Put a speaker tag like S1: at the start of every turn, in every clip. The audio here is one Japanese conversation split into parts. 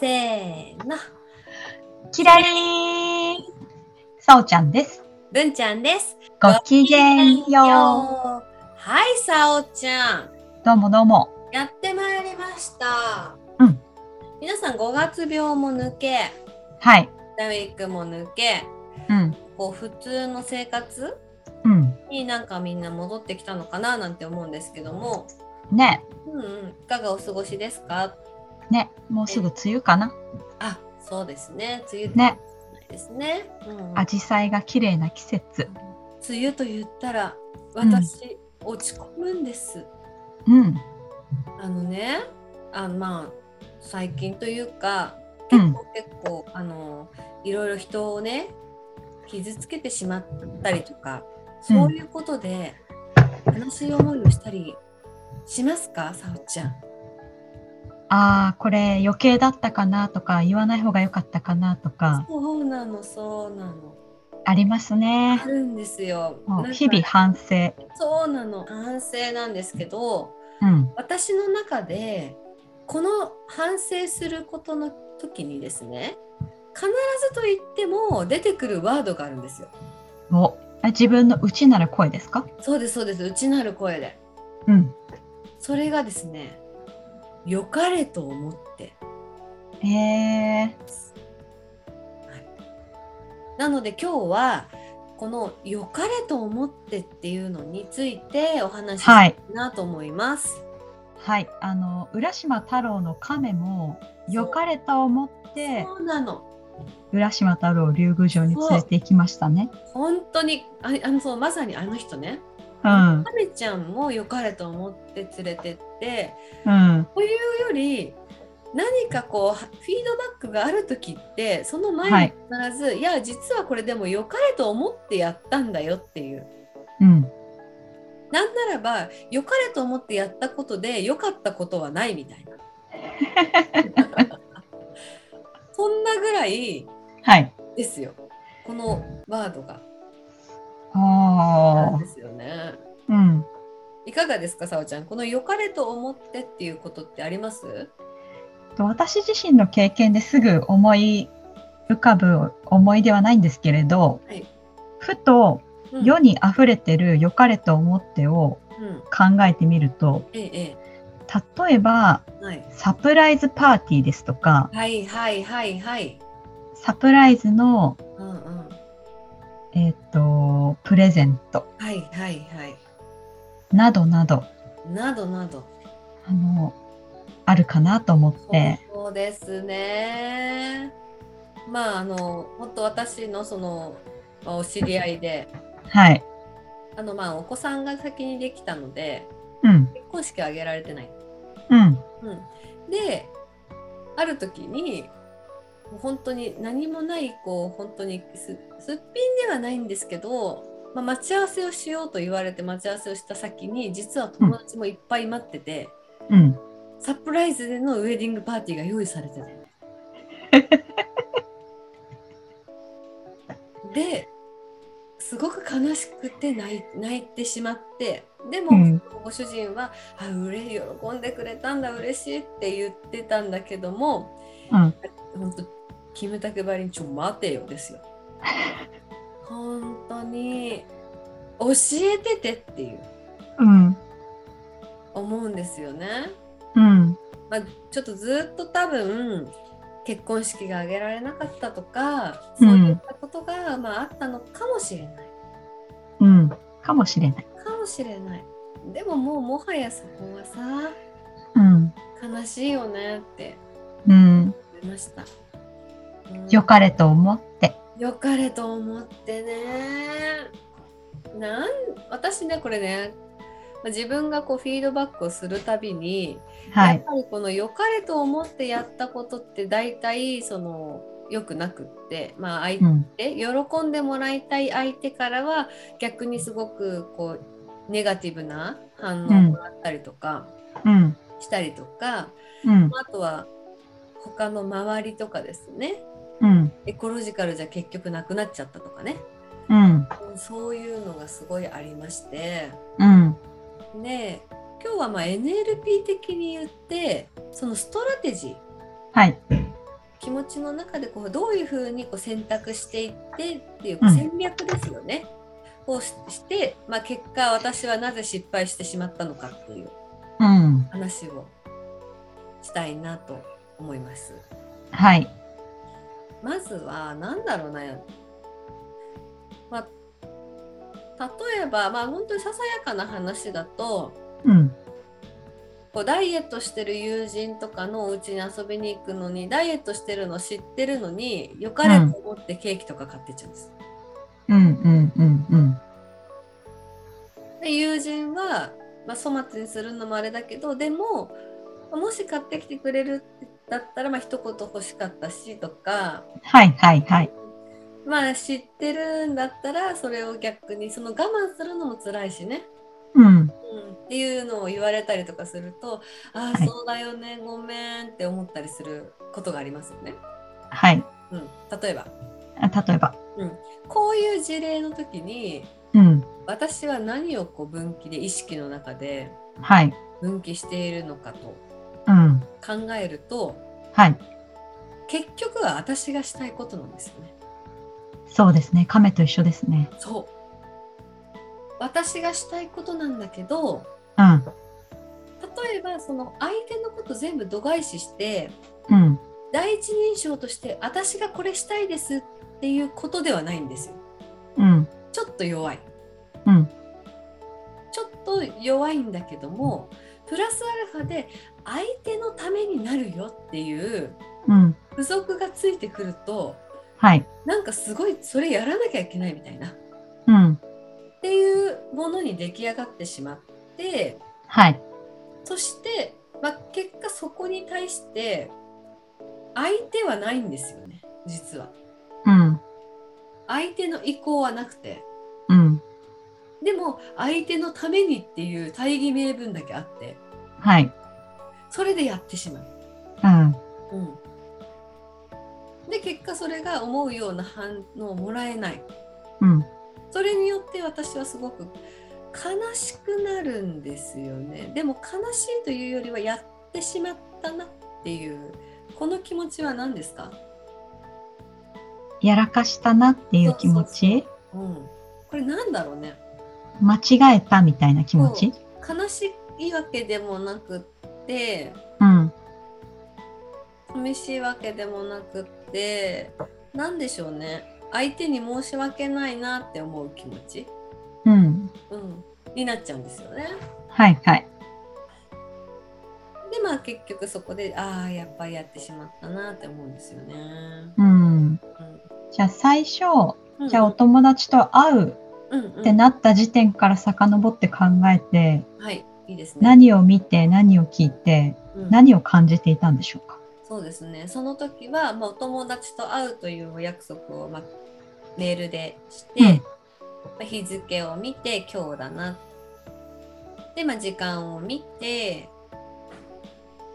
S1: せーの、
S2: キラリーンさおちゃんです。
S3: 文ちゃんです。
S2: ごきげんよ
S3: はい、さおちゃん。
S2: う。どうもどうも。
S3: やってまいりました。
S2: うん。
S3: 皆さん、5月病も抜け、
S2: はい。
S3: ダウィークも抜け、
S2: うん。
S3: こう、普通の生活
S2: うん。
S3: になんかみんな戻ってきたのかななんて思うんですけども、
S2: ね。
S3: うんうん、いかがお過ごしですか
S2: ね。もうすぐ梅雨かな。
S3: あ、そうですね。梅雨
S2: ね。
S3: ですね。うんうん、梅
S2: 紫陽花が綺麗な季節。
S3: 雨と言ったら、
S2: ん
S3: 私、落ち込むんです。
S2: うん。
S3: あのね、あまあ最近というか
S2: うん
S3: 結構結構、あのいろいろ人をね傷つけてしまったりとか
S2: うん
S3: そういうことで悲しい思いをしたりしますか、さおちゃん。
S2: ああ、これ余計だったかなとか、言わない方が良かったかなとか、
S3: そうなのそうなの。
S2: ありますね
S3: あ。るんですよ。
S2: も
S3: なん
S2: う
S3: か
S2: 日々反省。
S3: そうなの反省なんですけど
S2: うん。
S3: 私の中でこの反省することの時にですね必ずと言っても出てくるワードがあるんですよ。
S2: お、あ自分の内なる声ですか
S3: そうですそうです内なる声で
S2: うん。
S3: それがですね良かれと思って
S2: えー。
S3: なので今日はこの良かれと思ってっていうのについてお話ししたいなと思います。
S2: はい。あの、浦島太郎の亀も、
S3: そう
S2: 良かれと思って、
S3: そうなの
S2: 浦島太郎を竜宮城に連れて行きましたね。
S3: 本当にああのそうまさにあの人ね
S2: うん、
S3: カメちゃんも良かれと思って連れてって
S2: うん、
S3: というより何かこうフィードバックがある時ってその
S2: は
S3: 前に
S2: い
S3: 必ず、い、や実はこれでも良かれと思ってやったんだよっていう
S2: うん、
S3: なんならば良かれと思ってやったことで良かったことはないみた いなそんなぐらい
S2: はい。
S3: ですよこのワードが
S2: おー
S3: ですよね
S2: うん。
S3: いかがですかさおちゃんこの良かれと思ってっていうことってあります
S2: と私自身の経験ですぐ思い浮かぶ思いではないんですけれど、
S3: はい
S2: ふと
S3: うん
S2: 世に溢れてる良かれと思ってを
S3: うん
S2: 考えてみると、
S3: えええ
S2: 例えば
S3: えはい
S2: サプライズパーティーですとか、
S3: はいはいはいはい。
S2: サプライズの、
S3: うんうん。
S2: えっ、と、プレゼント
S3: はいはいはい。
S2: などなど、
S3: などなど。
S2: あの、あるかなと思って、
S3: そうですね。まああの本当私のその、まあお知り合いで、
S2: はい。
S3: あのまあお子さんが先にできたので
S2: うん、
S3: 結婚式は挙げられてない。
S2: うん、
S3: うん。で、ある時に。もう本当に何もないこう本当にすすっぴんではないんですけど、まあ、待ち合わせをしようと言われて待ち合わせをした先に実は友達もいっぱい待ってて、
S2: うん。
S3: サプライズでのウェディングパーティーが用意されて た。で、すごく悲しくて泣い泣いてしまって、でも、
S2: うん
S3: ご主人は、あ、うれ喜んでくれたんだ、嬉しいって言ってたんだけども、
S2: うん
S3: 本当、キムタクばりにちょ、待てよですよ。本当に、教えててっていう
S2: うん。
S3: 思うんですよね。
S2: うん。
S3: まあ、ちょっとずっと多分結婚式が挙げられなかったとか、
S2: うん
S3: そういったことが、まあ、あったのかもしれない
S2: うん。かもしれない。
S3: かもしれないでももうもはやそこはさ
S2: うん。
S3: 悲しいよねって
S2: うん。
S3: 思いました、うん
S2: 良かれと思って。
S3: よかれと思ってねなん私ねこれねまあ自分がこうフィードバックをするたびに、
S2: は
S3: や
S2: い
S3: っ。ぱりこの良かれと思ってやったことって大体その良くなくって、まあ、相
S2: うん。
S3: 手喜んでもらいたい相手からは逆にすごくこうネガティブな反応をもらったりとか
S2: うん。
S3: したりとか、
S2: うん。
S3: あとは他の周りとかですね
S2: うん。
S3: エコロジカルじゃ結局なくなっちゃったとかね
S2: うん。
S3: そういうのがすごいありまして
S2: うん。
S3: で今日はまあ NLP 的に言ってそのストラテジー
S2: はい。
S3: 気持ちの中でこうどういうふうにこう選択していってっていう
S2: うん
S3: 戦略ですよね、をしして、まあ、結果私はなぜ失敗してしまったのかっていう
S2: うん。
S3: 話をしたいなと思います。
S2: はい。
S3: まずは何だろうな、まあ、例えば、まあ、本当にささやかな話だと
S2: うん。
S3: こうダイエットしてる友人とかのお家に遊びに行くのにダイエットしてるの知ってるのによかれと思ってケーキとか買ってっちゃうんです。
S2: うん。うん。うん。うん。
S3: で友人は、まあ、粗末にするのもあれだけどでももし買ってきてくれるだったらまあ一言欲しかったしとか、
S2: はい。はい。はい。
S3: まあ、知ってるんだったらそれを逆にその我慢するのも辛いしね、
S2: うん。
S3: うん、っていうのを言われたりとかするとああ
S2: はい
S3: そうだよねごめんって思ったりすることがありますよね。
S2: はい。
S3: うん、例えば
S2: あ例えば。
S3: こういう事例の時に
S2: うん。
S3: 私は何をこう分岐で意識の中で
S2: はい。
S3: 分岐しているのかと
S2: うん。
S3: 考えると
S2: はい。
S3: 結局は私がしたいことなんですよね。
S2: そうですね。亀と一緒ですね。
S3: そう。私がしたいことなんだけど、
S2: うん。
S3: 例えばその相手のこと全部度外視して、
S2: うん。
S3: 第一人称として私がこれしたいですっていうことではないんですよ。
S2: うん。
S3: ちょっと弱い。
S2: うん。
S3: ちょっと弱いんだけども、プラスアルファで相手のためになるよっていう
S2: うん。
S3: 付属がついてくると、
S2: はい。
S3: なんかすごいそれやらなきゃいけないみたいな。
S2: うん。
S3: っていうものに出来上がってしまって
S2: はい。
S3: そして、まあ、結果そこに対して相手はないんですよね実は
S2: うん。
S3: 相手の意向はなくて
S2: うん。
S3: でも相手のためにっていう大義名分だけあって
S2: はい。
S3: それでやってしまう、
S2: うん。
S3: うん、で結果それが思うような反応をもらえない
S2: うん。
S3: それによって私はすごく悲しくなるんですよねでも悲しいというよりはやってしまったなっていうこの気持ちは何ですか、
S2: やらかしたなっていう気持ち
S3: うん、これなんだろうね
S2: 間違えたみたいな気持ち
S3: 悲しいわけでもなくって
S2: うん。
S3: 寂しいわけでもなくって何でしょうね相手に申し訳ないなって思う気持ち、
S2: うん。
S3: うん、になっちゃうんですよね。
S2: はい。はい。
S3: でまあ結局そこでああやっぱりやってしまったなって思うんですよね。
S2: うん。
S3: うん
S2: じゃあ最初、
S3: うん
S2: じゃあお友達と会う
S3: うんうん
S2: ってなった時点から遡って考えて、
S3: はい、いいですね。
S2: 何を見て、何を聞いて、
S3: うん
S2: 何を感じていたんでしょうか
S3: そうですね。その時は、まあ、お友達と会うというお約束を、まあ、メールでして、
S2: うん
S3: まあ日付を見て、今日だな。で、まあ、時間を見て、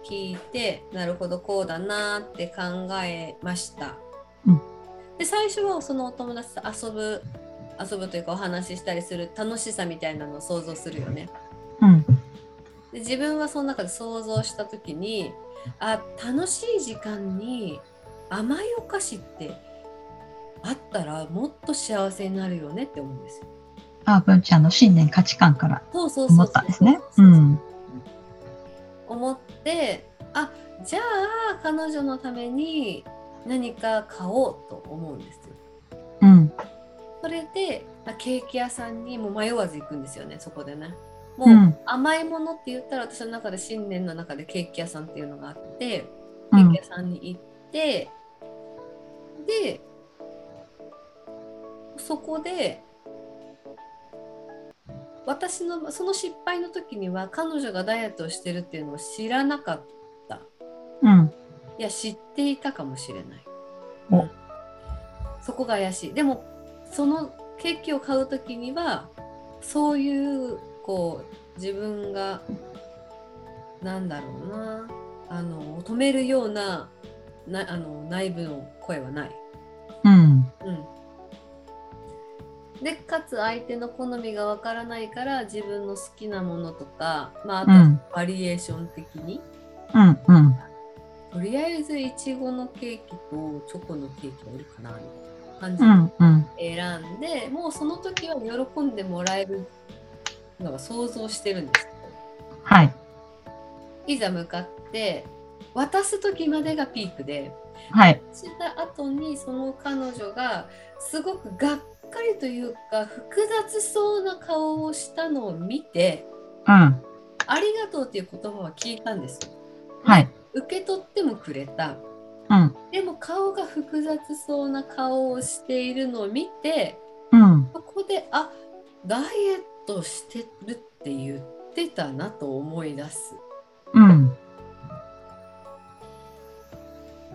S3: 聞いて、なるほど、こうだなって考えました。
S2: うん
S3: で、最初はそのお友達と遊ぶ、遊ぶというかお話ししたりする楽しさみたいなのを想像するよね。
S2: うん。
S3: で自分はその中で想像した時にあ楽しい時間に甘いお菓子ってあったらもっと幸せになるよねって思うんですよ。
S2: あ、文ちゃんの信念価値観から
S3: そうそうそうそう
S2: 思ったんですね。うん。
S3: 思ってあじゃあ彼女のために何か買おうと思うんですよ。
S2: うん。
S3: それで、まあ、ケーキ屋さんにも迷わず行くんですよねそこでね。も
S2: う
S3: う、
S2: ん。
S3: 甘いものって言ったら私の中で信念の中でケーキ屋さんっていうのがあって。
S2: う
S3: ケーキ
S2: ん。
S3: 屋さんに行って、でそこで私のその失敗の時には彼女がダイエットをしてるっていうのを知らなかった
S2: うん。
S3: いや知っていたかもしれない
S2: お
S3: そこが怪しいでもそのケーキを買う時にはそういうこう自分がなんだろうなあの止めるようななあの内部の声はない
S2: うん。
S3: うん、でかつ相手の好みがわからないから自分の好きなものとか、まあ、
S2: う
S3: あ
S2: ん
S3: とバリエーション的に、
S2: うん。うん。
S3: とりあえずいちごのケーキとチョコのケーキがいるかなみたいな感じ
S2: う
S3: で
S2: ん。うん。
S3: 選んで、もうその時は喜んでもらえるのが想像してるんですけど
S2: はい。
S3: いざ向かって渡す時までがピークで
S2: はい。
S3: した後にその彼女がすごくがっかりというか複雑そうな顔をしたのを見て
S2: うん。
S3: 「ありがとう」っていう言葉は聞いたんですよ
S2: はい。
S3: 受け取ってもくれた
S2: うん。
S3: でも顔が複雑そうな顔をしているのを見て
S2: うん。
S3: ここで「あダイエットしてる」って言ってたなと思い出す。
S2: うん。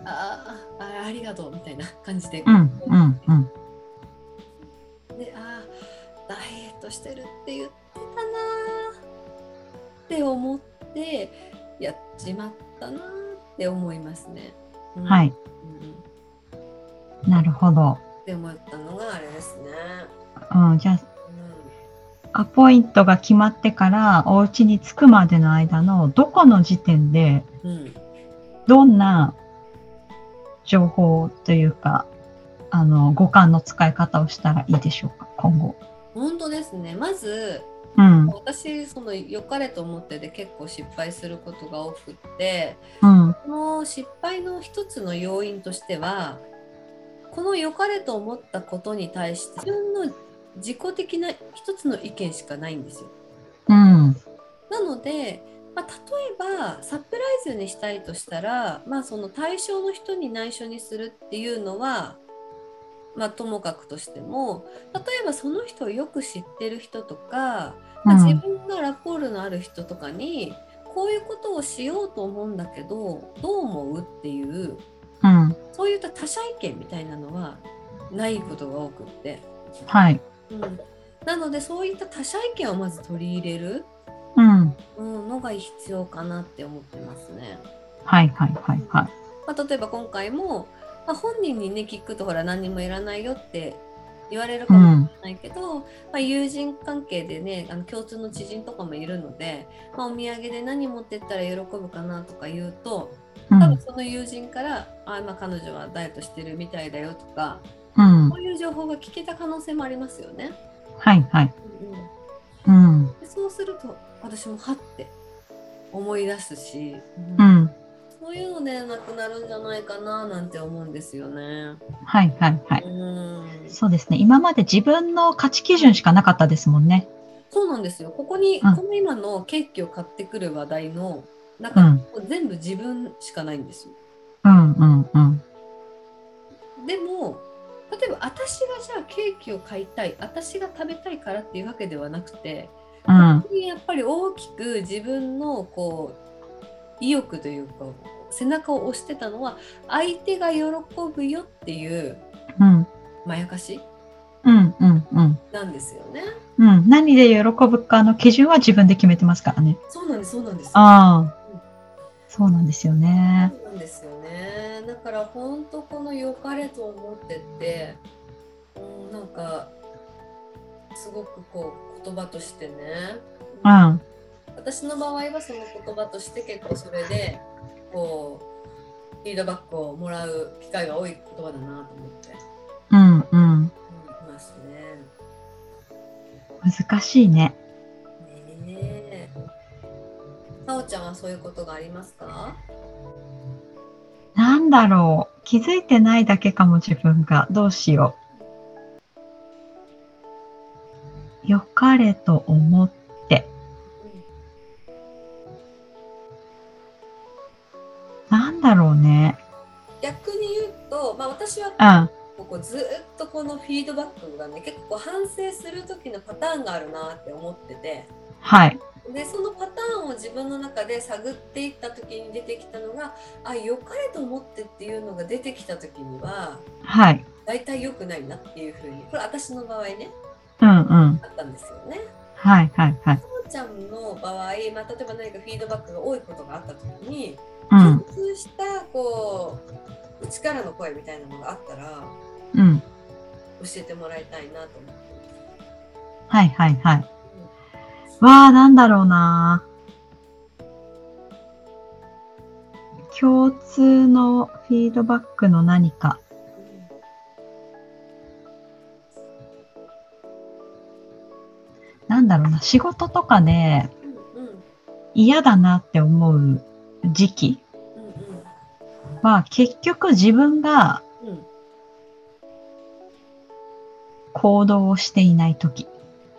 S3: あーあありがとうみたいな感じで、
S2: うん。うん。うん。
S3: であーダイエットしてるって言ってたなーって思ってやっちまったなーって思いますね。うん
S2: はい。
S3: うん、っ
S2: なるほど。
S3: て思ったのがあれですね。
S2: うん。じゃあ、アポイントが決まってから、お家に着くまでの間の、どこの時点で、
S3: うんうん
S2: どんな情報というか、あの、五感の使い方をしたらいいでしょうか、今後。
S3: 本当ですね。まず
S2: うん。
S3: 私その良かれと思ってで結構失敗することが多くって
S2: うん。
S3: この失敗の一つの要因としてはこの良かれと思ったことに対して自分の自己的な一つの意見しかないんですよ。
S2: うん。
S3: なので、まあ、例えばサプライズにしたいとしたら、まあ、その対象の人に内緒にするっていうのは、まあ、ともかくとしても例えばその人をよく知ってる人とか、まあ
S2: うん
S3: 自分がラポールのある人とかにこういうことをしようと思うんだけどどう思うっていう
S2: うん。
S3: そういった他者意見みたいなのはないことが多くって、
S2: はい。
S3: うん、なのでそういった他者意見をまず取り入れる。
S2: うん。
S3: うん、のが必要かなって思ってますね。
S2: はいはいはいはい。
S3: まあ、例えば今回も、まあ、本人にね聞くとほら何にもいらないよって言われるか
S2: う
S3: もし
S2: ん。
S3: れないけど、まあ、友人関係でねあの共通の知人とかもいるので、まあ、お土産で何持ってったら喜ぶかなとか言うと
S2: う
S3: 多分
S2: ん。
S3: その友人から「あ今彼女はダイエットしてるみたいだよ」とか
S2: うん
S3: こ。ういう情報が聞けた可能性もありますよね。
S2: はいはい。
S3: うんうん
S2: うん。
S3: でそうすると私もはって思い出すし。うん
S2: うん。
S3: そういうのね、なくなるんじゃないかななんて思うんですよね。。
S2: はいはいはいう
S3: ん。
S2: そうですね。今まで自分の価値基準しかなかったですもんね。
S3: そうなんですよ。ここに、
S2: うん
S3: この今のケーキを買ってくる話題の
S2: う
S3: 中、
S2: ん。
S3: 全部自分しかないんですよ。
S2: うんうんうん。
S3: でも、例えば私がじゃあケーキを買いたい、私が食べたいからっていうわけではなくて、
S2: うん。
S3: やっぱり大きく自分のこう意欲というか、背中を押してたのは相手が喜ぶよっていう
S2: うん。
S3: まやかし
S2: うんうんうん。
S3: なんですよね。
S2: うん。何で喜ぶかの基準は自分で決めてますからね。
S3: そうなんです、そうなんです。
S2: ああ。そうなんですよね。
S3: そうなんですよね。だから本当この良かれと思ってって、うん、なんかすごくこう言葉としてね、
S2: うん。
S3: 私の場合はその言葉として結構それでこうフィードバックをもらう機会が多い言葉だなと思って、
S2: うんうん。
S3: うん、いますね。
S2: 難しいね。
S3: ねえ。さおちゃんはそういうことがありますか？
S2: なんだろう。気づいてないだけかも自分が。どうしよう。良かれと思って。なんだろうね。
S3: 逆に言うと、まあ私は
S2: うん。
S3: こここうずーっとこのフィードバックがね結構こう反省する時のパターンがあるなって思ってて
S2: はい。
S3: でそのパターンを自分の中で探っていった時に出てきたのがあ良かれと思ってっていうのが出てきた時には
S2: はい。
S3: 大体良くないなっていう風にこれ私の場合ね
S2: うんうん。
S3: あったんですよね。
S2: はいはいはい。
S3: ともちゃんの場合、まあ、例えば何かフィードバックが多いことがあった時に
S2: うん
S3: 共通したこう内からの声みたいなのがあったら
S2: うん。
S3: 教えてもらいたいなと思って
S2: はいはいはい。わあ、なんだろうな。共通のフィードバックの何か。なんだろうな。仕事とかで
S3: うんうん
S2: 嫌だなって思う時期
S3: うん
S2: は結局自分が
S3: うんうん
S2: 行動をしていない時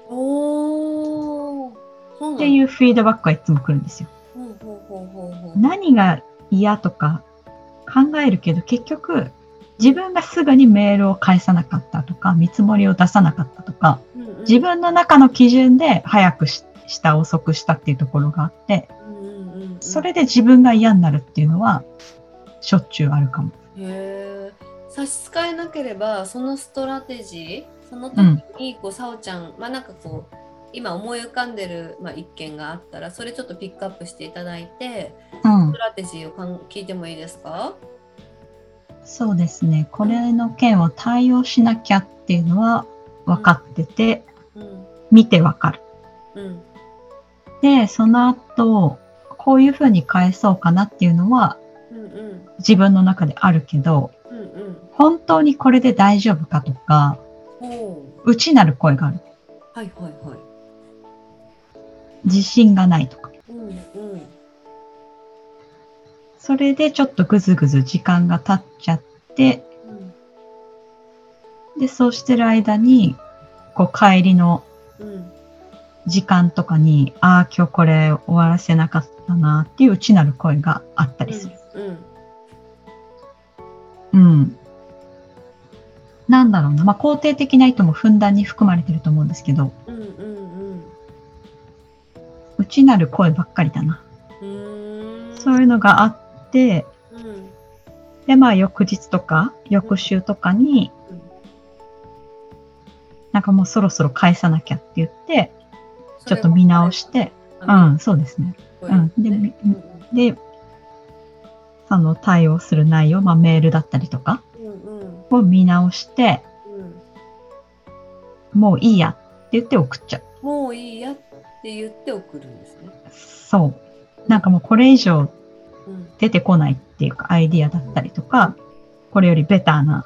S3: おーそう
S2: っ
S3: な
S2: て
S3: んだ
S2: いうフィードバックがいつも来るんですよ。
S3: ほうほうほうほうほう
S2: 何が嫌とか考えるけど結局自分がすぐにメールを返さなかったとか見積もりを出さなかったとか
S3: うんうん
S2: 自分の中の基準で早くしした遅くしたっていうところがあって
S3: うんうんうんうん
S2: それで自分が嫌になるっていうのはしょっちゅうあるかも。
S3: へえ差し支えなければそのストラテジーその時にこうさおちゃんまあなんかこう今思い浮かんでる、まあ、一件があったらそれちょっとピックアップしていただいて
S2: うん
S3: スト、ラテジーをかん聞いてもいいですか
S2: そうですねこれの件を対応しなきゃっていうのは分かってて
S3: うん
S2: 見て分かる。
S3: うん
S2: でその後こういうふうに返そうかなっていうのは
S3: うんうん
S2: 自分の中であるけど
S3: うんうん
S2: 本当にこれで大丈夫かとか
S3: ほう
S2: 内なる声がある
S3: はいはいはい
S2: 自信がないとか
S3: うんうん
S2: それでちょっとぐずぐず時間が経っちゃって
S3: うん
S2: でそうしてる間にこう帰りの
S3: うん
S2: 時間とかにああ今日これ終わらせなかったなっていう内なる声があったりする。
S3: うん
S2: うんなんだろうな、まあ、肯定的な意図もふんだんに含まれてると思うんですけど、
S3: うんうん
S2: 内なる声ばっかりだな。
S3: うんうーん
S2: そういうのがあって、
S3: うん
S2: で、まあ、翌日とか、翌週とかに
S3: うん、
S2: なんかもうそろそろ返さなきゃって言って、ちょっと見直して、う
S3: あ
S2: ん、そうですね。
S3: こう
S2: う
S3: い
S2: ん。で、
S3: ね
S2: みで、その対応する内容、まあ、メールだったりとか
S3: うんうんうん
S2: を見直して、
S3: うん
S2: もういいやって言って送っちゃう。
S3: もういいやって言って送るんですね。
S2: そう。なんかもうこれ以上
S3: うん、
S2: 出てこないっていうか、アイディアだったりとか、これよりベターな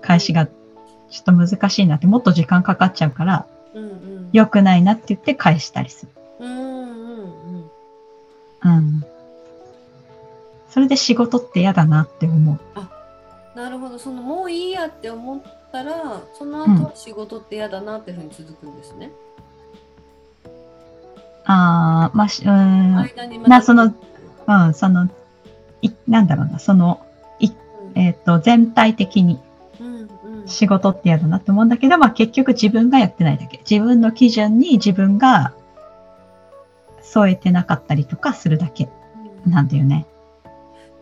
S2: 返しがちょっと難しいなって、もっと時間かかっちゃうから、
S3: うん、うん、
S2: 良くないなって言って返したりする。
S3: うん、うん、うん。
S2: うん。それで仕事って嫌だなって思う。
S3: なるほど、そのもういいやって思ったら、その後は仕事って嫌だなっていうふうに続くんですね。
S2: ああ、まあ、しうーん、
S3: 間にまた
S2: なそのうん、その、い、なんだろうな、その、えっ、と、全体的に
S3: うん、うん、
S2: 仕事って嫌だなって思うんだけど、まあ結局自分がやってないだけ。自分の基準に自分が添えてなかったりとかするだけ
S3: うん
S2: なんだよね。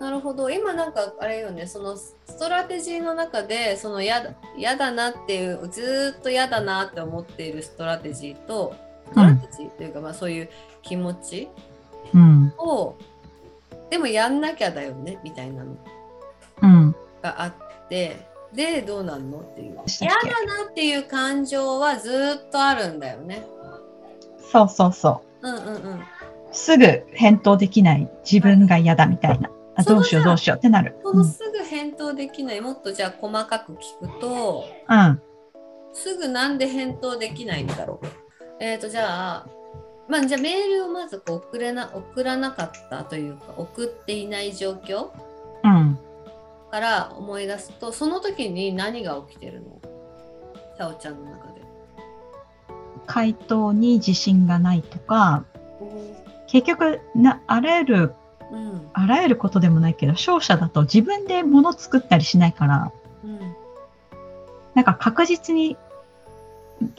S3: なるほど、今なんかあれよね、そのストラテジーの中で、そのやだ、やだなっていう、ずーっと嫌だなって思っているストラテジーと。ストラテジーというか、まあ、そういう気持ち
S2: うん、
S3: を。でもやんなきゃだよねみたいなの
S2: うん、
S3: があってでどうなんのっていう
S2: したっ
S3: 嫌
S2: け
S3: だなっていう感情はずーっとあるんだよね
S2: そうそうそう。
S3: うんうんうん
S2: すぐ返答できない自分が嫌だみたいな。あどうしようどうしようってなる。
S3: このすぐ返答できないもっとじゃあ細かく聞くと
S2: うん。うん
S3: すぐなんで返答できないんだろうえーとじゃあまあじゃあメールをまずこう送れな送らなかったというか送っていない状況
S2: うん。
S3: から思い出すとその時に何が起きてるのさおちゃんの中で。
S2: 回答に自信がないとか、結局な、あらゆる、
S3: うん
S2: あらゆることでもないけど、商社だと自分で物作ったりしないから、
S3: うん
S2: なんか確実に、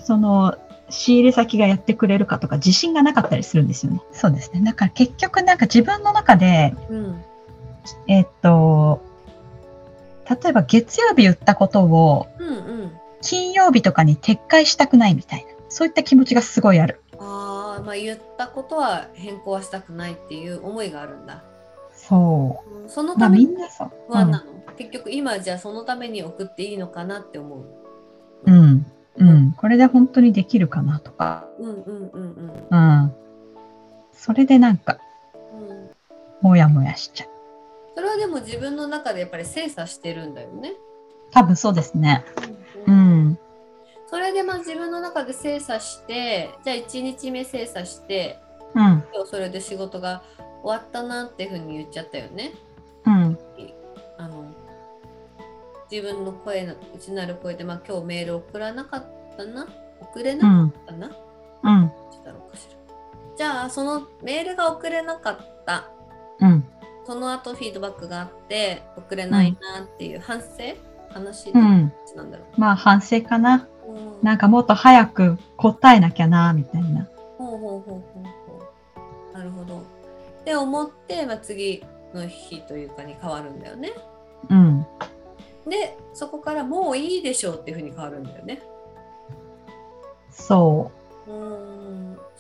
S2: その、仕入れ先がやってくれるかとか自信がなかったりするんですよね。そうですね。だから結局なんか自分の中で、
S3: うん
S2: えっと、例えば月曜日言ったことを
S3: うんうん
S2: 金曜日とかに撤回したくないみたいな、そういった気持ちがすごいある。
S3: あーまあ言ったことは変更はしたくないっていう思いがあるんだ
S2: そ
S3: うんその
S2: う。ま
S3: た
S2: あ
S3: め
S2: み
S3: に
S2: んなそう。
S3: 不安なの、結局今じゃあそのために送っていいのかなって思う
S2: うん。うん。これで本当にできるかなとか。
S3: うんうんうんうん
S2: うん。それでなんか、
S3: うん
S2: もやもやしちゃう。
S3: それはでも自分の中でやっぱり精査してるんだよね
S2: 多分そうですね。
S3: う
S2: うんん。
S3: それでまあ自分の中で精査してじゃあ1日目精査して
S2: うん。
S3: 今日それで仕事が終わったなっていうふうに言っちゃったよね
S2: うん。
S3: あの自分の声の内なる声で、まあ、今日メール送らなかったな送れな
S2: う
S3: か
S2: ん。
S3: ったな、ど
S2: うん。
S3: うしたのかしらじゃあそのメールが送れなかった
S2: うん。
S3: その後フィードバックがあって送れないなっていう反省、話
S2: う
S3: なん
S2: ん。
S3: だろ
S2: まあ反省かな。
S3: う、うん
S2: なんかもっと早く答えなきゃな、みたいな。
S3: ほうほうほうほうほうなるほどって思って、まあ、次の日というかに変わるんだよね
S2: うん。
S3: でそこからもういいでしょうっていうふうに変わるんだよね
S2: そう
S3: ー
S2: う。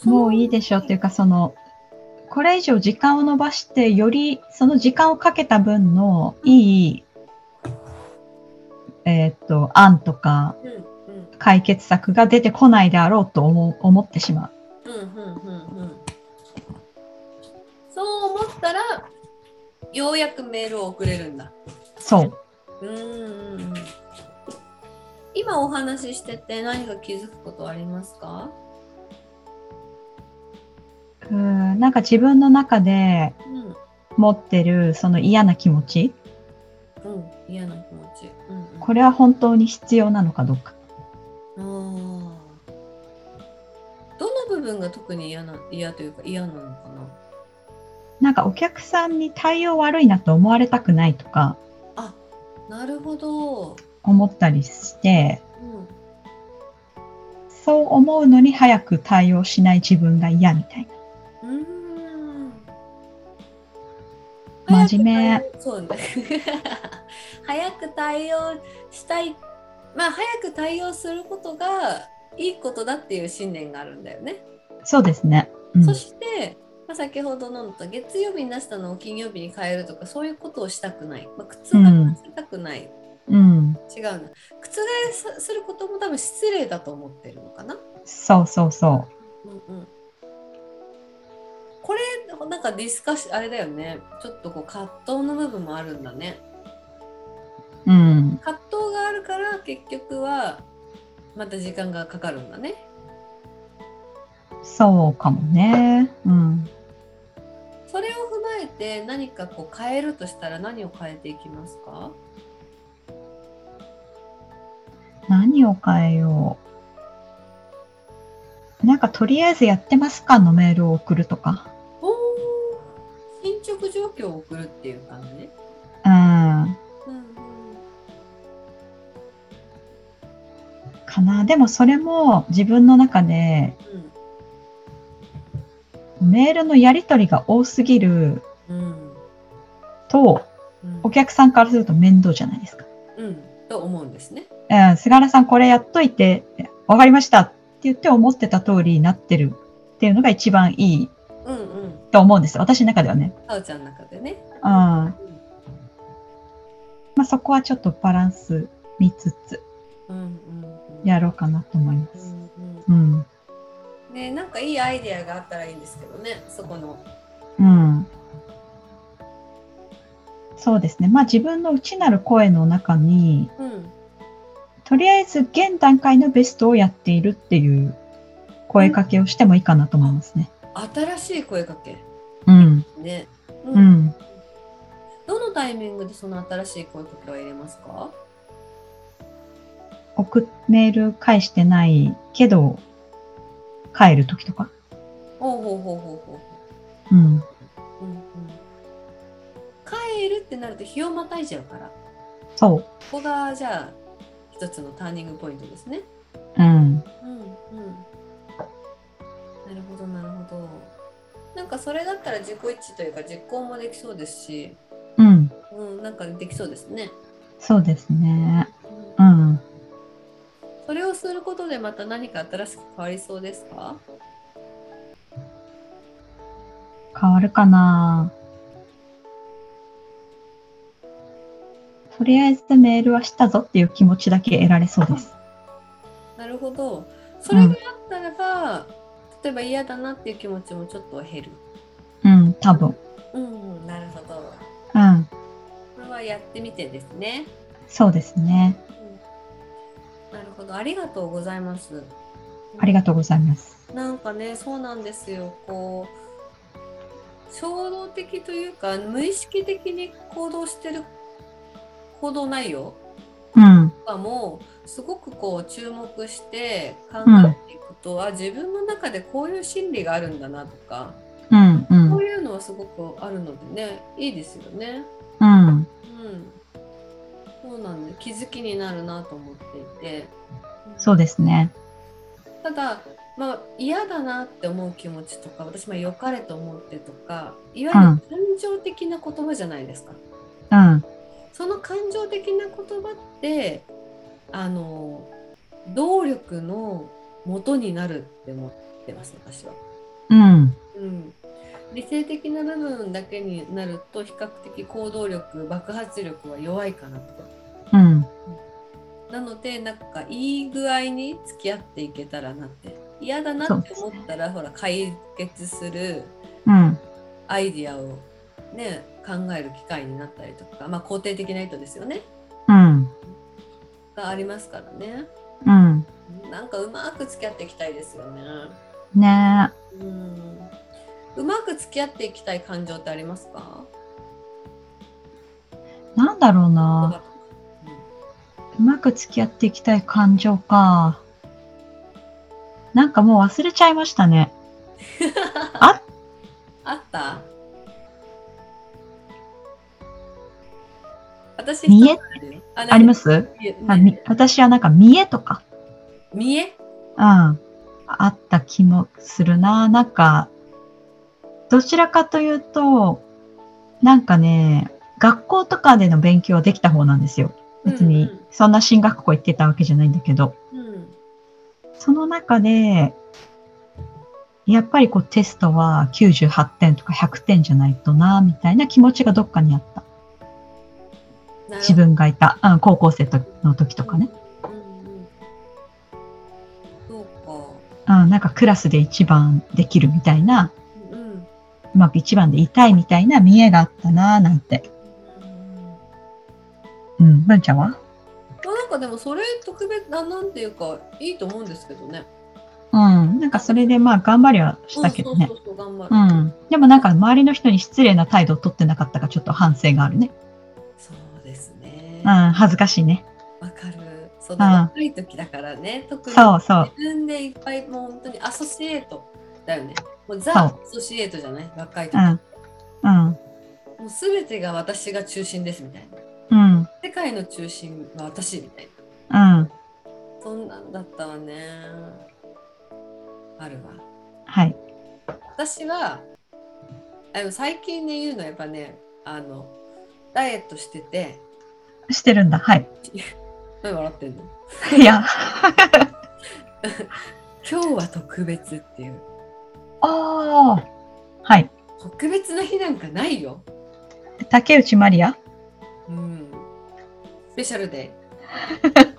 S3: ん
S2: もういいでしょうっていうか、その、これ以上時間を延ばして、よりその時間をかけた分のいい、えーっと、案とか
S3: うんうん
S2: 解決策が出てこないであろうと思う思ってしまう。
S3: うんうんうんうんそう思ったらようやくメールを送れるんだ
S2: そう。
S3: うーん今お話ししてて何か気づくことありますか
S2: うんなんか自分の中で
S3: うん
S2: 持ってるその嫌な気持ち、
S3: うん嫌な気持ち、うんうん、
S2: これは本当に必要なのかどうか。
S3: あーどの部分が特に嫌な嫌というか嫌なのかな
S2: なんかお客さんに対応悪いなと思われたくないとか
S3: あなるほど、
S2: 思ったりして、
S3: うん、
S2: そう思うのに早く対応しない自分が嫌みたいな。
S3: うーん
S2: 真面
S3: 目そうね 早く対応したいまあ早く対応することがいいことだっていう信念があるんだよね、
S2: そうですね。うん
S3: そして、まあ、先ほどのと月曜日に出したのを金曜日に変えるとかそういうことをしたくない、まあ、覆させたくない、
S2: うん。
S3: 違うな覆さすることも多分失礼だと思ってるのかな、
S2: そうそうそ
S3: うんうん、これなんかディスカッシあれだよねちょっとこう葛藤の部分もあるんだね
S2: う。うん。
S3: 葛藤があるから結局はまた時間がかかるんだね
S2: そうかもね。うん。
S3: それを踏まえて何かこう変えるとしたら何を変えていきますか
S2: 何を変えよう。なんかとりあえずやってますかのメールを送るとか。
S3: おー進捗状況を送るっていう感じ、
S2: うん。
S3: うんうん、
S2: かな。でもそれも自分の中でメールのやりとりが多すぎる
S3: うんうん
S2: と、
S3: うん
S2: お客さんからすると面倒じゃないですか。
S3: うんと思うんですね
S2: うん、菅原さんこれやっといて、わかりましたって言って思ってた通りになってるっていうのが一番いい
S3: うんうん
S2: と思うんです。私の中ではね。
S3: さおちゃんの中でね
S2: うん。まあ、そこはちょっとバランス見つつ
S3: うんうんうん
S2: やろうかなと思いま
S3: う
S2: す。
S3: ん
S2: うん。
S3: うんねなんかいいアイデアがあったらいいんですけどねそこの
S2: うん。そうですね。まあ自分の内なる声の中に、
S3: うん
S2: とりあえず現段階のベストをやっているっていう声かけをしてもいいかなと思いますね。
S3: 新しい声かけ
S2: うん。
S3: ね、う
S2: う、ん。
S3: どのタイミングでその新しい声かけは入れますか
S2: 送っメール返してないけど、帰るときとか。
S3: ほうほうほうほうほ
S2: うん。
S3: う、うんうん、帰るってなると日をまたいじゃうから
S2: そう。
S3: ここがじゃあ一つのターニングポイントですね。
S2: うん。
S3: うんうん。なるほどなるほど。なんかそれだったら自己一致というか実行もできそうですし、
S2: うん。
S3: うん、なんかできそうですね。
S2: そうですね。
S3: うん
S2: うん。
S3: それをすることでまた何か新しく変わりそうですか
S2: 変わるかなとりあえずメールはしたぞっていう気持ちだけ得られそうです。
S3: なるほど。それがあったらば、例えば嫌だなっていう気持ちもちょっと減る。
S2: うん、多分。
S3: うん、なるほど。
S2: うん。
S3: これはやってみてですね。
S2: そうですね。
S3: なるほど。ありがとうございます。
S2: ありがとうございます。
S3: なんかね、そうなんですよ。こう、衝動的というか、無意識的に行動してる行動内容
S2: うん。
S3: とかも、すごくこう、注目して考
S2: うん
S3: えていくと、あ、自分の中でこういう心理があるんだなとか、
S2: うん、う。
S3: こうんいうのはすごくあるのでね、いいですよね。
S2: うん。
S3: うん。そうなんで、気づきになるなと思っていて。
S2: そうですね。
S3: ただ、まあ、嫌だなって思う気持ちとか私も良かれと思ってとかいわゆる感情的な言葉じゃないですか、
S2: うん。
S3: その感情的な言葉ってあの動力の元になるって思ってます私は、
S2: うん。
S3: うん、理性的な部分だけになると比較的行動力爆発力は弱いかなと
S2: うん。
S3: なのでなんかいい具合に付き合っていけたらなって嫌だなって思ったら、ほら解決する
S2: うん。
S3: アイディアをね考える機会になったりとか、まあ、肯定的な意図ですよね
S2: うん。
S3: がありますからね
S2: うん。
S3: なんかうまく付き合っていきたいですよね
S2: ねえ。
S3: うんうまく付き合っていきたい感情ってありますか
S2: なんだろう
S3: 言
S2: な。
S3: 葉
S2: うまく付き合っていきたい感情か。なんかもう忘れちゃいましたね。
S3: とかうん
S2: あ
S3: あった私
S2: 見え
S3: 一つあるよあ
S2: あります
S3: 見え
S2: あみ私はなんか見栄とか、
S3: 見え
S2: うん、あった気もするな。なんか、どちらかというと、なんかね、学校とかでの勉強はできた方なんですよ。別に、そんな進学校行ってたわけじゃないんだけど。
S3: うん
S2: その中で、やっぱりこうテストは98点とか100点じゃないとな、みたいな気持ちがどっかにあった。自分がいた、うん、高校生との時とかね。。
S3: うんうんうんそうか。
S2: うん、なんかクラスで一番できるみたいな、
S3: うんうん
S2: うまく一番でいたいみたいな見栄があったな、なんて。
S3: うん
S2: うん、文ちゃんは
S3: まあなんかでもそれ特別ななんていうかいいと思うんですけどね。
S2: うん、なんかそれでまあ頑張りはしたけどね
S3: うん。そうそうそう頑張る。
S2: うん。でもなんか周りの人に失礼な態度を取ってなかったかちょっと反省があるね。
S3: そうですね。
S2: うん、恥ずかしいね。
S3: わかる。そ
S2: ん
S3: の若い時だからね、特に
S2: そうそう。
S3: 自分でいっぱいもう本当にアソシエートだよね。もう
S2: そ
S3: ザ・
S2: う
S3: アソシエートじゃない若い時。
S2: うん。うん。
S3: もうすべてが私が中心ですみたいな。
S2: うん。
S3: 世界の中心は私みたいな。
S2: うん。
S3: そんなんだったわね。あるわ。
S2: はい。
S3: 私は、あの最近で言うのはやっぱね、あの、ダイエットしてて、
S2: してるんだ。はい。
S3: 何笑ってんの
S2: いや。
S3: 今日は特別っていう。
S2: ああ。はい。
S3: 特別な日なんかないよ。
S2: 竹内まりや
S3: うん。スペシャ ルデー。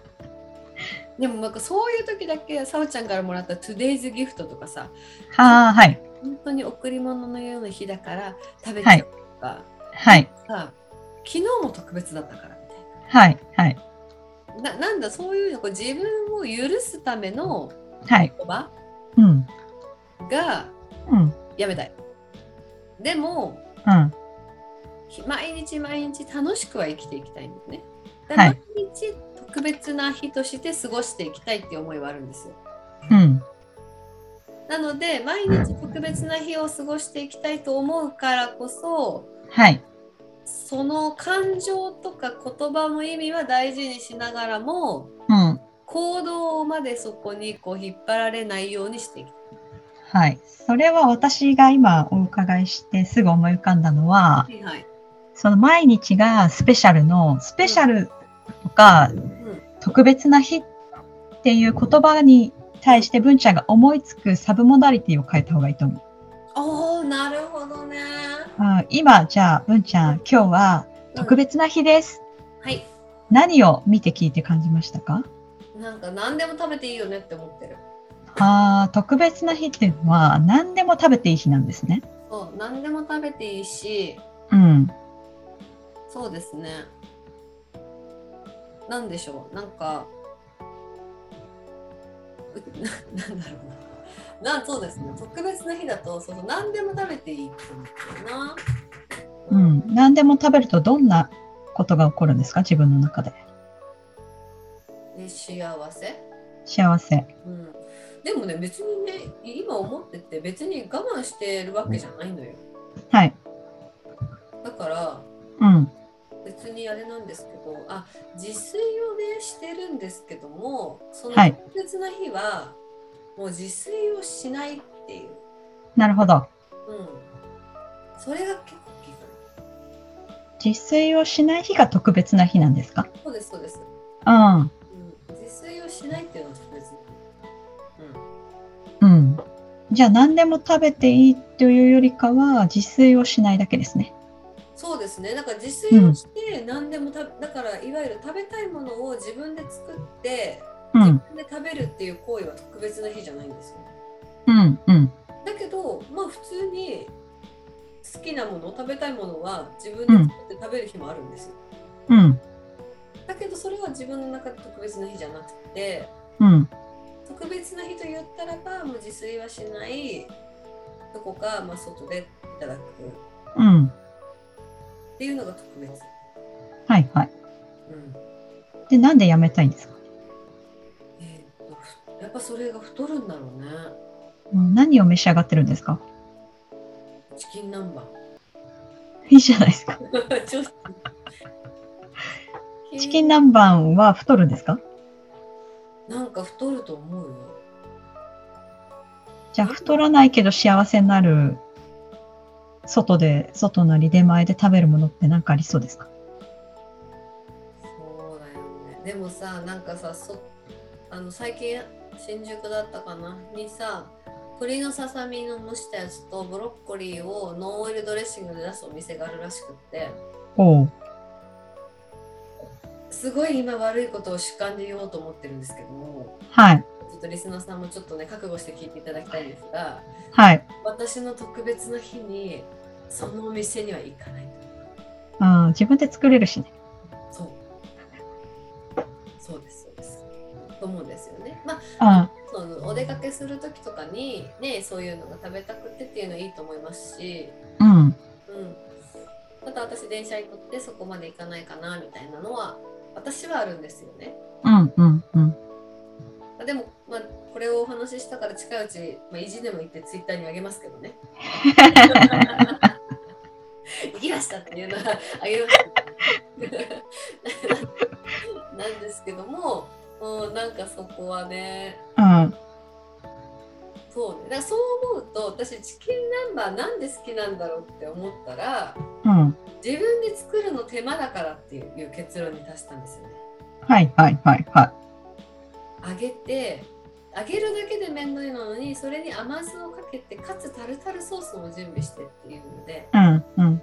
S3: でもなんかそういう時だけ、さおちゃんからもらったトゥデイズギフトとかさ、
S2: ああ、はい。
S3: 本当に贈り物のような日だから食べちゃうとか、
S2: はい。
S3: さ昨日も特別だったからみたいな。
S2: はい。はい。
S3: ななんだそういうのこう自分を許すための
S2: はい。
S3: 言葉
S2: うん。
S3: が
S2: うん。
S3: やめたいでも
S2: うん。
S3: ひ毎日毎日楽しくは生きていきたいんだよねで
S2: はい
S3: 毎日特別な日として過ごしていきたいっていう思いはあるんですよ
S2: うん。
S3: なので毎日特別な日を過ごしていきたいと思うからこそ
S2: はい。
S3: その感情とか言葉の意味は大事にしながらも
S2: うん。
S3: 行動までそこにこう引っ張られないようにしていきたい。
S2: はい。それは私が今お伺いしてすぐ思い浮かんだのは、
S3: はいはい。
S2: その毎日がスペシャルの、スペシャルとか
S3: うん。
S2: 特別な日っていう言葉に対して文ちゃんが思いつくサブモダリティを変えた方がいいと思う。
S3: おお、なるほどね。
S2: あ今、じゃあ文ちゃん、今日は特別な日です。
S3: うんはい。
S2: 何を見て聞いて感じましたか
S3: なんか何でも食べていいよねって思ってる。
S2: ああ、特別な日っていうのは何でも食べていい日なんですね。
S3: そう、何でも食べていいし、
S2: うん。
S3: そうですね。なんでしょう、なんか。う ななんだろうな。なん、そうですね。特別な日だと、そうそう、何でも食べていいって思ってるな。
S2: うん。何でも食べるとどんなことが起こるんですか自分の中で。
S3: で幸せ。
S2: 幸せ。
S3: うん。でもね、別にね、今思ってて、別に我慢してるわけじゃないのよ。
S2: はい。
S3: だから。
S2: うん。
S3: 別にあれなんですけどあ自炊をねしてるんですけどもその
S2: はい
S3: 特別な日はもう自炊をしないっていう、
S2: なるほど。
S3: うん、それが結構大きいか
S2: 自炊をしない日が特別な日なんですか
S3: なそうですそうです、
S2: うん。
S3: うん、自炊をしないっていうのは特別な
S2: う
S3: 日
S2: ん。じゃあ何でも食べていいというよりかは自炊をしないだけですね。
S3: そうですねだから自炊をして何でもた、だからいわゆる食べたいものを自分で作って
S2: う
S3: 自
S2: ん。
S3: 分で食べるっていう行為は特別な日じゃないんですよ
S2: うん。うん。
S3: だけどまあ普通に好きなもの食べたいものは自分で作って食べる日もあるんですよ、
S2: うん。
S3: だけどそれは自分の中で特別な日じゃなくて
S2: うん。
S3: 特別な日と言ったらばもう自炊はしないどこか、まあ、外でいただくっ
S2: うん。
S3: ていうのが特別、
S2: はいはい。
S3: うん
S2: で、なんでやめたいんですか、
S3: えーっとやっぱそれが太るんだろうね
S2: うん、何を召し上がってるんですか
S3: チキン南 蛮
S2: いいじゃないですか。
S3: ちょっと
S2: チキン南蛮は太るんですか
S3: なんか太ると思うよ
S2: じゃあ太らないけど幸せになる外で、外なり出前で食べるものって何かありそうですか
S3: そうだよね。でもさ、なんかさ、そあの最近新宿だったかなにさ、鶏のささみの蒸したやつとブロッコリーをノンオイルドレッシングで出すお店があるらしくって、
S2: おう。
S3: すごい今悪いことを主観で言おうと思ってるんですけども、
S2: はい。
S3: ちょっとリスナーさんもちょっとね、覚悟して聞いていただきたいんですが、
S2: はい。
S3: 私の特別な日にそのお店には行かない
S2: あー自分で作れるしね。
S3: そう。そうです、そうです。と思うんですよね。まあ
S2: あ
S3: そのお出かけする時とかに、ね、そういうのが食べたくてっていうのいいと思いますし、
S2: あ、うん。
S3: うん、ただ私電車に乗ってそこまで行かないかなみたいなのは私はあるんですよね。
S2: うんうんうん。
S3: まあでも、まあ、これをお話ししたから近いうち、まあ、意地でも言ってツイッターにあげますけどね。行きましたっていうのは あげますけど なんですけども、うん、なんかそこはね
S2: うん。
S3: そうね、だからそう思うと私チキン南蛮なんで好きなんだろうって思ったら
S2: うん。
S3: 自分で作るの手間だからっていう結論に達したんですよね。
S2: はいはいはいは
S3: 揚げて揚げるだけで面倒いのにそれに甘酢をかけてかつタルタルソースも準備してっていうので
S2: い。うんうん。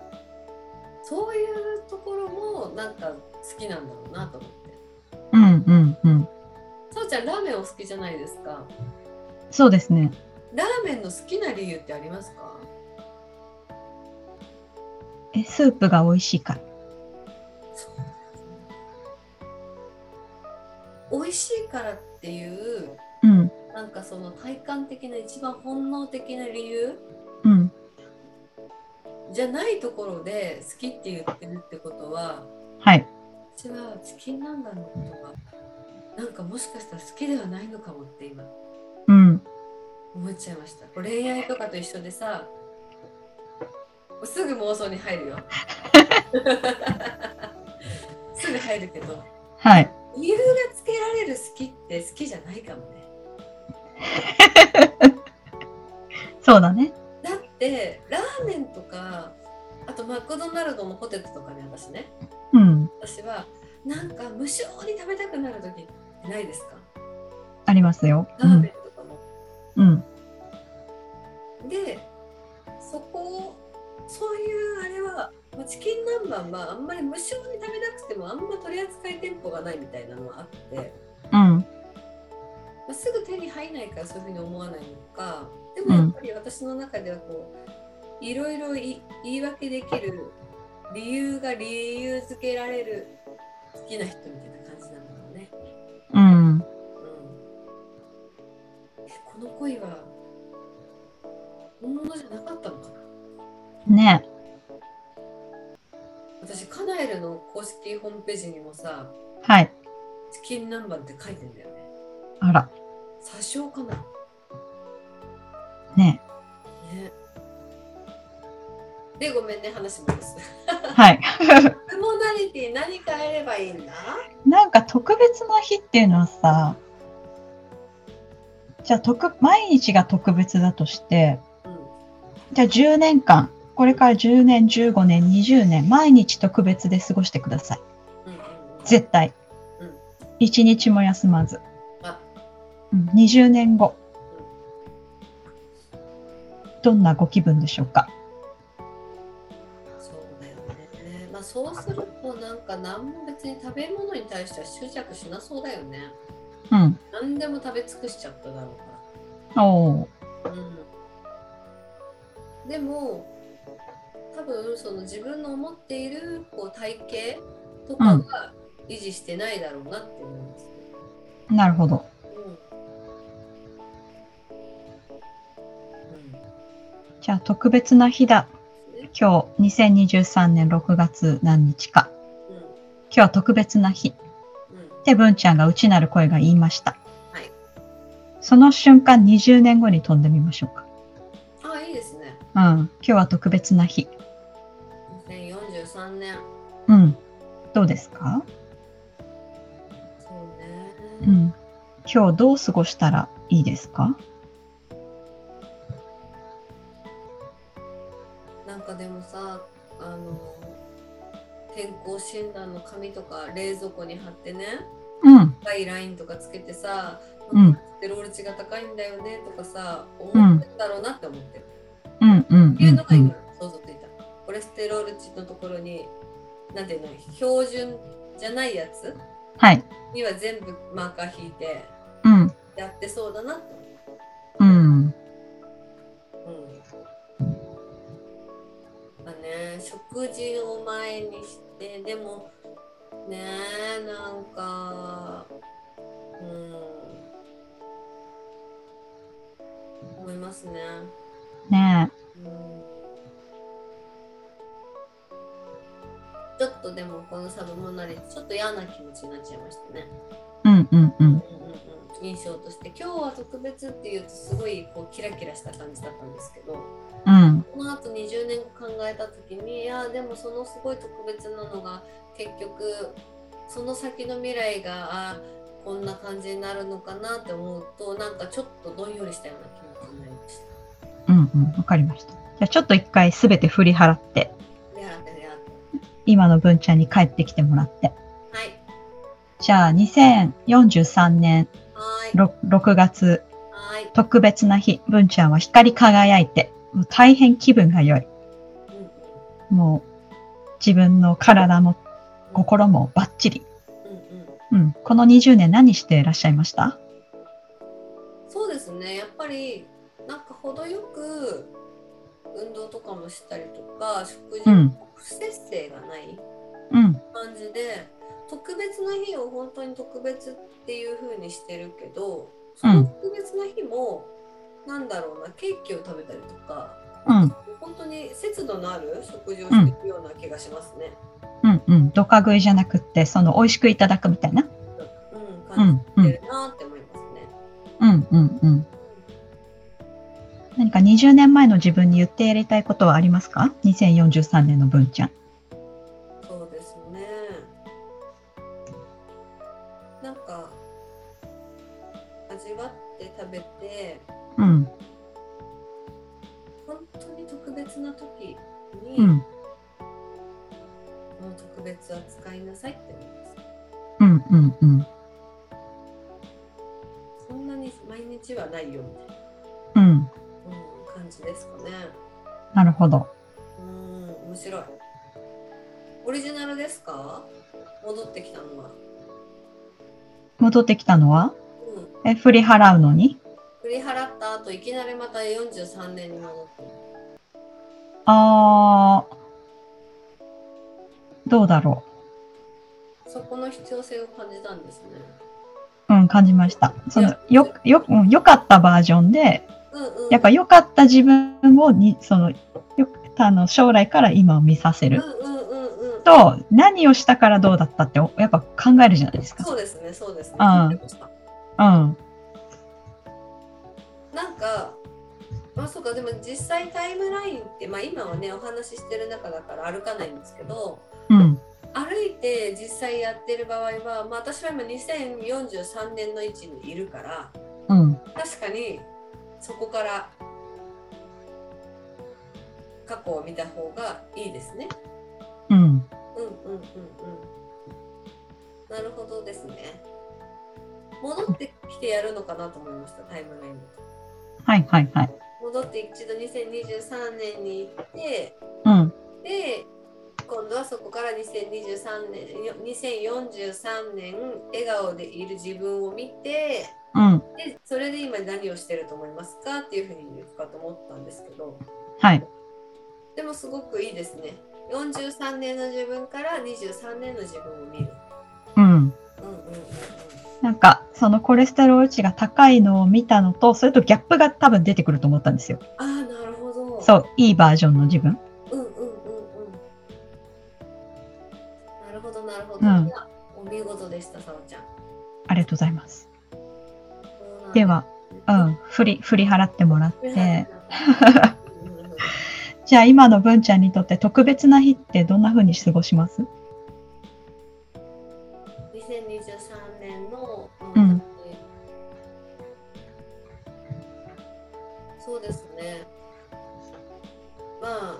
S3: そういうところもなんか好きなんだろうなと思って。
S2: うんうんうん。
S3: そうちゃんラーメンお好きじゃないですか。
S2: そうですね。
S3: ラーメンの好きな理由ってありますか
S2: え、スープが美味しいから。
S3: 美味しいからっていう
S2: うん
S3: なんかその体感的な一番本能的な理由
S2: うん。
S3: じゃないところで好きって言ってるってことは
S2: はい。
S3: 私はチキン南蛮のことがなんかもしかしたら好きではないのかもって今
S2: うん。
S3: 思っちゃいましたこれ恋愛とかと一緒でさすぐ妄想に入るよすぐ入るけど
S2: はい。
S3: 理由がつけられる好きって好きじゃないかもね。
S2: そうだね。
S3: だってラーメンとかあとマクドナルドのポテトとかね私ね
S2: うん。
S3: 私はなんか無性に食べたくなる時ってないですか
S2: ありますよ。う
S3: ラーメ
S2: ん
S3: ン。とかも。
S2: うん。
S3: でそこをそういうあれはまあチキン南蛮はあんまり無性に食べたくてもあんま取り扱い店舗がないみたいなのがあって、
S2: うん。
S3: まあ、すぐ手に入らないからそういうふうに思わないのかでもやっぱり私の中ではこういろいろい言い訳できる理由が理由付けられる好きな人みたいな感じなんだろうね。
S2: うん。
S3: うん、えこの恋は本物じゃなかったのかな
S2: ね
S3: 私カナエルの公式ホームページにもさ
S2: はい。
S3: チキン南蛮って書いてんだよね
S2: あら。
S3: 詐称かな
S2: ね
S3: ねでごめんね話戻す
S2: はい。
S3: フモナリティ何変えればいいんだ
S2: なんか特別な日っていうのはさ、じゃあ特、毎日が特別だとして、
S3: う
S2: じゃあ10年間、これから10年、15年、20年、毎日特別で過ごしてください。
S3: んうんうんうん
S2: 絶対
S3: うん。
S2: 一日も休まず。
S3: あ
S2: うん20年後。どんなご気分でしょうか
S3: そうだよねまあそうするとなんか何も別に食べ物に対しては執着しなそうだよね
S2: うん。
S3: 何でも食べ尽くしちゃっただろうから
S2: おー
S3: うんでも多分その自分の思っているこう体型とかは維持してないだろうなって思うんですよ、
S2: なるほど。
S3: うん
S2: じゃあ特別な日だ。
S3: うん
S2: 今日、2023年6月何日か。
S3: うん
S2: 今日は特別な日。
S3: うん
S2: って文ちゃんが内なる声が言いました。
S3: はい
S2: その瞬間20年後に飛んでみましょうか。
S3: あいいですね
S2: うん。今日は特別な日。
S3: 2043年
S2: うん。どうですか
S3: そうね、
S2: うん。今日どう過ごしたらいいですか
S3: なんかでもさあの健康診断の紙とか冷蔵庫に貼ってね
S2: うん。
S3: 高いラインとかつけてさ、
S2: うん
S3: テロール値が高いんだよねとかさ思ってんだろうなって思ってる、
S2: うんうんうん
S3: っていうのが
S2: うん
S3: 今想像ついた、コレステロール値のところになんていうの標準じゃないやつ
S2: はい。
S3: には全部マーカー引いて
S2: うん。
S3: やってそうだなって思
S2: うん。
S3: う、うんまあね食事を前にしてでもねえなんかうん思いますね
S2: ねえ。
S3: うんちょっとでもこのサブモナリちょっと嫌な気持ちになっちゃいましたね。
S2: うんうんうん。
S3: うんうんうん印象として今日は特別っていうとすごいこうキラキラした感じだったんですけど
S2: うん。
S3: このあと20年後考えた時にいやでもそのすごい特別なのが結局その先の未来があこんな感じになるのかなって思うとなんかちょっとどんよりしたような気持ちになりました。
S2: うんうん。わかりました。じゃあちょっと一回すべて振り払って、
S3: であってであっ
S2: 今の文ちゃんに帰ってきてもらって。
S3: てはい
S2: じゃあ2043年
S3: はーい
S2: 6, 6月
S3: はーい。
S2: 特別な日、文ちゃんは光り輝いて、もう大変気分が良い。
S3: うんうん
S2: もう自分の体も心もバッチリ。
S3: うんうん
S2: うん。この20年何していらっしゃいました
S3: そうですねやっぱりなんか程よく運動とかもしたりとか食事
S2: うん
S3: も不節制がない
S2: うん。
S3: 感じで、特別な日を本当に特別っていう風にしてるけどその特別な日も、なんだろうなケーキを食べたりとか
S2: うん。
S3: 本当に節度のある食事をしているような気がしますね。
S2: うんうん。ドカ食いじゃなくって、その美味しくいただくみたいな。
S3: うん、
S2: う
S3: 感
S2: んう
S3: じて
S2: ん。
S3: るなって思いますね。
S2: うんうんうん。何か20年前の自分に言ってやりたいことはありますか ?2043 年の文ちゃん。
S3: そうですね。に特別な時に、
S2: うん、
S3: この特別は使いなさいって思います。
S2: うん、うん、うん。
S3: そんなに毎日はないよみたい
S2: うん、
S3: な、うん感じですかね。
S2: なるほど。
S3: うん、面白い。オリジナルですか戻ってきたのは。
S2: 戻ってきたのは
S3: うん。
S2: え、振り払うのに
S3: 振り払った後、いきなりまた43年に戻って
S2: あー、どうだろ
S3: そこの必要性を感じたんですね。
S2: う。うん、感じました。そ
S3: い
S2: の
S3: や、
S2: よ、よ、うん良かったバージョンで、
S3: うんうん。
S2: やっぱ良かった自分をに、その、よあの将来から今を見させ
S3: うん
S2: る。
S3: うんうんうん。
S2: と、何をしたからどうだったって、おやっぱ考えるじゃないですか。
S3: そうですね、そうですね。
S2: うん
S3: わかりました
S2: うん。
S3: なんか、あ、そうか、でも実際タイムラインって、まあ今はね、お話ししてる中だから歩かないんですけど、
S2: うん。
S3: 歩いて実際やってる場合は、まあ私は今2043年の位置にいるから、
S2: うん。
S3: 確かにそこから過去を見た方がいいですね。
S2: うん。
S3: うんうんうんうん。なるほどですね。戻ってきてやるのかなと思いました、タイムラインだと。
S2: はいはいはい。
S3: 戻って一度2023年に行って、
S2: うん。
S3: で、今度はそこから2023年、よ2043年、笑顔でいる自分を見て、
S2: うん。
S3: で、それで今何をしてると思いますかっていうふうに言うかと思ったんですけど、
S2: はい。
S3: でもすごくいいですね。43年の自分から23年の自分を見る。
S2: うん。
S3: うんうんうんうん。
S2: なんか、そのコレステロール値が高いのを見たのと、それとギャップが多分出てくると思ったんですよ。
S3: ああ、なるほど。
S2: そう、いいバージョンの自分。
S3: うんうんうんうん。なるほどなるほど。
S2: うん
S3: いやお見事でした、さおちゃん。
S2: ありがとうございます。
S3: そうなんだ
S2: では、うん、振り、振り払ってもらっ
S3: うん
S2: て、じゃあ今の文ちゃんにとって特別な日ってどんな風に過ごします
S3: 2023年の、
S2: うん
S3: そうですねまあ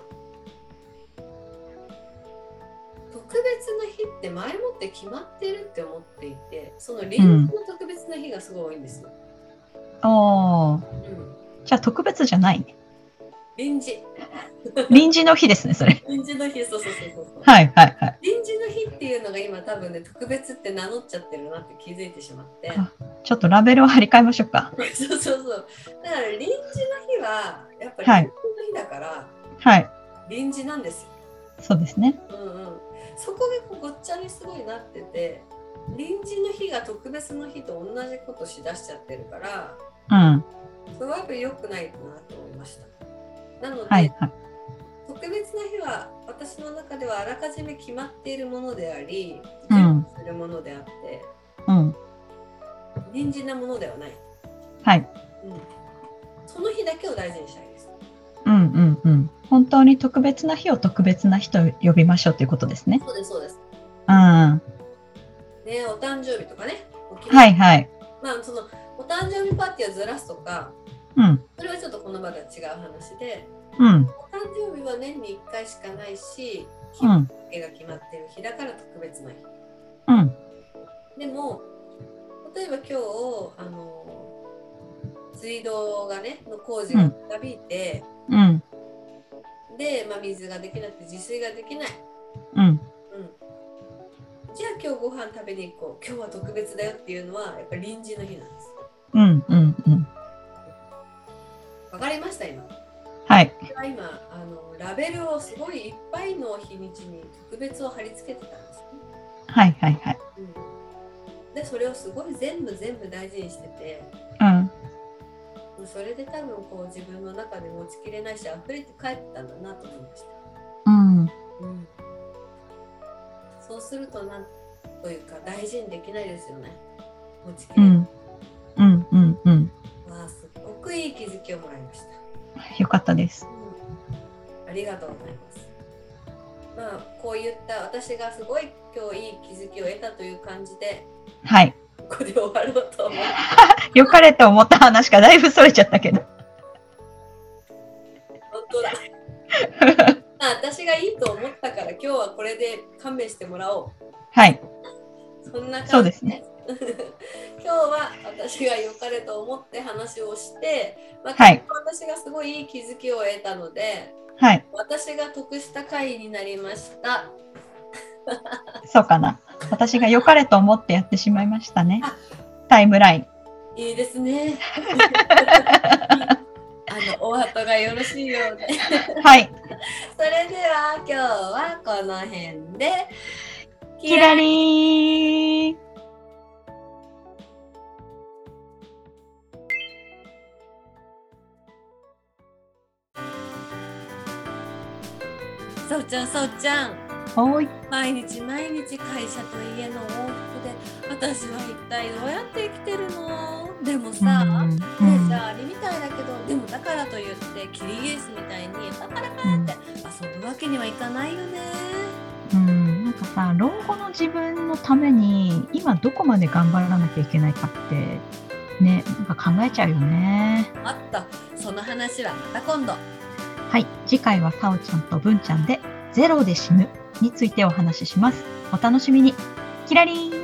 S3: 特別な日って前もって決まってるって思っていてその臨時の特別な日がすごい多いんですよ、
S2: おー、
S3: うん、
S2: じゃあ特別じゃないね。
S3: 臨時
S2: 臨時の日ですね、それ。
S3: 臨時の日そうそうそうそうそう
S2: はいはいはい。
S3: 臨時の日っていうのが今多分ね特別って名乗っちゃってるなって気づいてしまって
S2: あちょっとラベルを張り替えましょうか。
S3: そうそうそう。だから臨時の日はやっぱり
S2: はい
S3: 臨時の日だから
S2: はい。
S3: 臨時なんですよ。
S2: そうですね。
S3: うんうん。そこがこうごっちゃにすごいなってて、臨時の日が特別の日と同じことしだしちゃってるから、
S2: うん。は
S3: それはやっぱり良くないかなと思いました。なので、
S2: いはい。
S3: 特別な日は私の中ではあらかじめ決まっているものであり、
S2: うん
S3: 準備するものであって、
S2: うん。
S3: 臨時なものではない。
S2: はい。
S3: うん。その日だけを大事にしたいです。
S2: うんうんうん。本当に特別な日を特別な日と呼びましょうということですね。
S3: そうです、そうです。
S2: うん。は
S3: ね、お誕生日とかね、お決まり
S2: いはい。
S3: まあそのお誕生日パーティーをずらすとか、
S2: うん。
S3: それはちょっとこの場では違う話で、
S2: うん。
S3: お誕生日は年に1回しかないし、日
S2: う
S3: 付
S2: ん。
S3: が決まってる日だから特別な日。
S2: うん。
S3: でも、例えば今日、あの水道がね、の工事が長引いて、
S2: うん。
S3: で、まあ、水ができなくて自炊ができない。
S2: うん。
S3: うん。じゃあ今日ご飯食べに行こう。今日は特別だよっていうのは、やっぱり臨時の日なんです。
S2: うん。うん。うん。
S3: わかりました、今。
S2: はい。
S3: 今あのラベルをすごいいっぱいの日にちに特別を貼り付けてたんですね、
S2: はいはいはい。
S3: でそれをすごい全部全部大事にしてて
S2: うん。
S3: それで多分こう自分の中で持ちきれないし溢れて帰ったんだなと思いました、
S2: うん。
S3: そうするとなんというか大事にできないですよね持ちき
S2: う
S3: れない、
S2: ん。うん。うん。うん。
S3: わあすっごくいい気づきをもらいました
S2: よかったです。
S3: ありがとうございます。まあこういった私がすごい今日いい気づきを得たという感じで
S2: はい。
S3: ここで終わろうと思う。
S2: 良かれと思った話がだいぶ逸れちゃったけど。
S3: 本当だ。まあ私がいいと思ったから今日はこれで勘弁してもらお
S2: はい。
S3: う。そんな感じ
S2: そうですね。
S3: 今日は私が良かれと思って話をして、まあ、
S2: はい
S3: 私がすごいいい気づきを得たので、
S2: はい。
S3: 私が得した回になりました。
S2: そうかな。私が良かれと思ってやってしまいましたね。タイムライン。
S3: いいで すね。あのお後がよろしいようで。
S2: はい。
S3: それでは今日はこの辺で。
S2: キラリーン
S3: そうちゃんそうちゃん
S2: おい。
S3: 毎日毎日会社と家の往復で私は一体どうやって生きてるのでもさ、
S2: うん
S3: ね
S2: うん
S3: じゃああれみたいだけどでもだからといってキリギリスみたいにパラパラパラって遊ぶわけにはいかないよね。
S2: うん、なんかさ老後の自分のために今どこまで頑張らなきゃいけないかってねなんか考えちゃうよね
S3: あったその話はまた今度。
S2: はい次回はさおちゃんとぶんちゃんで「ゼロで死ぬ」についてお話ししますお楽しみにキラリン